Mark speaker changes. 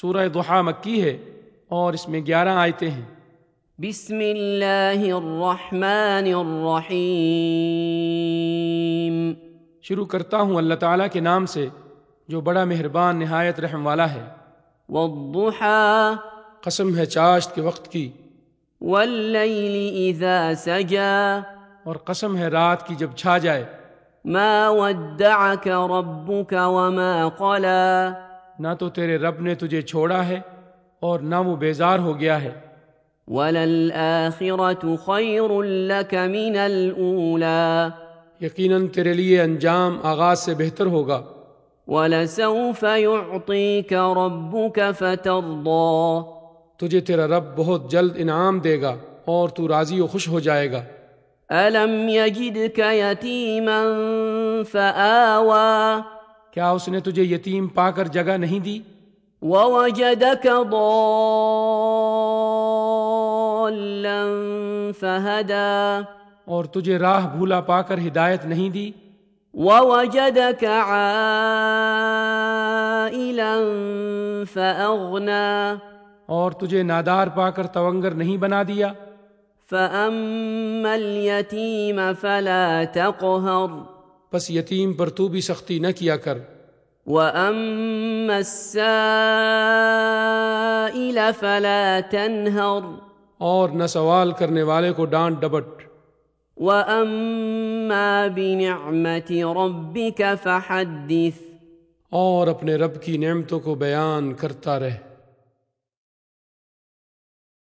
Speaker 1: سورہ دحا مکی ہے اور اس میں گیارہ آیتیں ہیں
Speaker 2: بسم اللہ الرحمن الرحیم
Speaker 1: شروع کرتا ہوں اللہ تعالیٰ کے نام سے جو بڑا مہربان نہایت رحم والا ہے
Speaker 2: والضحى
Speaker 1: قسم ہے چاشت کے وقت کی
Speaker 2: والليل إذا سجى
Speaker 1: اور قسم ہے رات کی جب چھا جائے
Speaker 2: ما ودعك ربك وما قلى
Speaker 1: نہ تو تیرے رب نے تجھے چھوڑا ہے اور نہ وہ بیزار ہو گیا ہے
Speaker 2: وللآخرة خير لك من الأولى
Speaker 1: یقیناً تیرے لیے انجام آغاز سے بہتر ہوگا
Speaker 2: ولسوف يعطيك ربك فترضى
Speaker 1: تجھے تیرا رب بہت جلد انعام دے گا اور تو راضی و خوش ہو جائے گا
Speaker 2: ألم يجدك يتيما فآوى
Speaker 1: کیا اس نے تجھے یتیم پا کر جگہ نہیں دی
Speaker 2: ووجدك ضالا فهدى
Speaker 1: اور تجھے راہ بھولا پا کر ہدایت نہیں دی
Speaker 2: ووجدك عائلا فأغنى
Speaker 1: اور تجھے نادار پا کر تونگر نہیں بنا دیا
Speaker 2: فأما اليتيم فلا تقهر
Speaker 1: بس یتیم پر تو بھی سختی نہ کیا کر
Speaker 2: وأما السائل فلا تنهر
Speaker 1: اور نہ سوال کرنے والے کو ڈانٹ ڈبٹ
Speaker 2: وأما بنعمة ربك فحدث
Speaker 1: اور اپنے رب کی نعمتوں کو بیان کرتا رہ